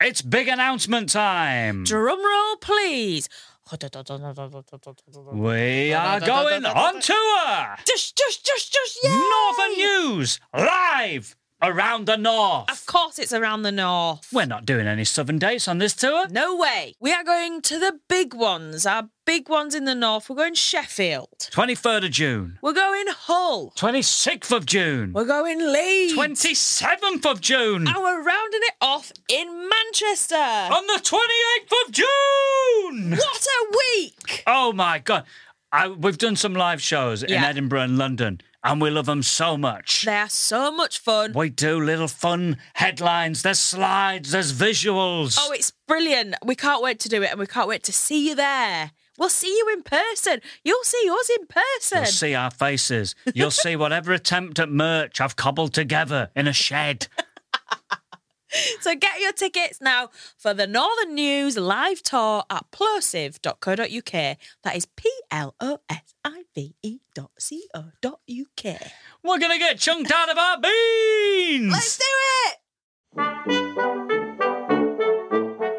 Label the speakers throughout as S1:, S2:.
S1: It's big announcement time.
S2: Drum roll, please.
S1: We are going on tour.
S2: Just, just, just, just, yeah.
S1: Northern News live around the
S2: Of
S1: north.
S2: course, it's around the north.
S1: We're not doing any southern dates on this tour.
S2: No way. We are going to the big ones, our big ones in the north. We're going Sheffield.
S1: 23rd of June,
S2: We're going Hull.
S1: 26th of June,
S2: We're going Leeds.
S1: 27th of June,
S2: And we're rounding it off in Manchester.
S1: on the 28th of June.
S2: What a week!
S1: Oh my God. I, we've done some live shows in
S2: Yeah.
S1: Edinburgh and London, and we love them so much.
S2: They are so much fun.
S1: We do little fun headlines, there's slides, there's visuals.
S2: Oh, it's brilliant. We can't wait to do it and we can't wait to see you there. We'll see you in person. You'll see us in person.
S1: You'll see our faces. You'll see whatever attempt at merch I've cobbled together in a shed.
S2: So get your tickets now for the Northern News live tour at plosive.co.uk. That is P L O S I V E dot C O dot UK.
S1: We're going to get chunked out of our beans.
S2: Let's do it!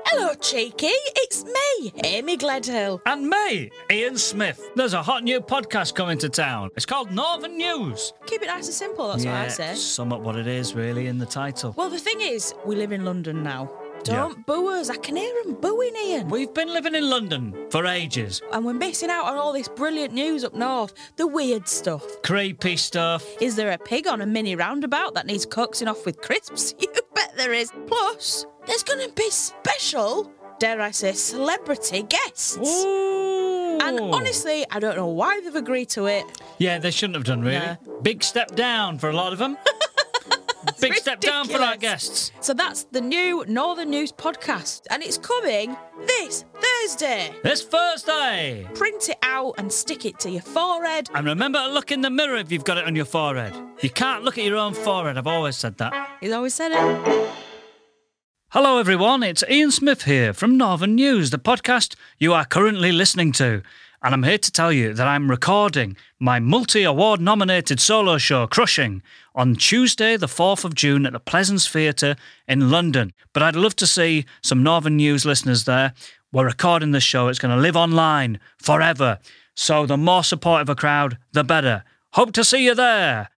S2: Hello, Cheeky. It's me, Amy Gledhill.
S1: and me, Ian Smith. There's a hot new podcast coming to town. It's called Northern News.
S2: Keep it nice and simple, that's what I say.
S1: Sum up what it is, really, in the title.
S2: Well, the thing is, we live in London now.
S1: Yeah.
S2: Don't boo us. I can hear them booing, Ian.
S1: We've been living in London for ages.
S2: and we're missing out on all this brilliant news up north, the weird stuff.
S1: Creepy stuff.
S2: Is there a pig on a mini roundabout that needs coaxing off with crisps? You bet there is. Plus, there's going to be special, dare I say, celebrity guests.
S1: Ooh.
S2: And honestly, I don't know why they've agreed to it.
S1: Yeah, they shouldn't have done, really. Big step down for a lot of them. Big step down for our
S2: ridiculous.
S1: guests.
S2: So that's the new Northern News podcast, and it's coming this Thursday.
S1: This Thursday.
S2: Print it out and stick it to your forehead.
S1: And remember to look in the mirror if you've got it on your forehead. You can't look at your own forehead. I've always said that.
S2: He's always said it.
S1: Hello, everyone. It's Ian Smith here from Northern News, the podcast you are currently listening to. And I'm here to tell you that I'm recording my multi award nominated solo show, Crushing, on Tuesday, the 4th of June at the Pleasance Theatre in London. But I'd love to see some Northern News listeners there. We're recording this show, it's going to live online forever. So the more supportive a crowd, the better. Hope to see you there.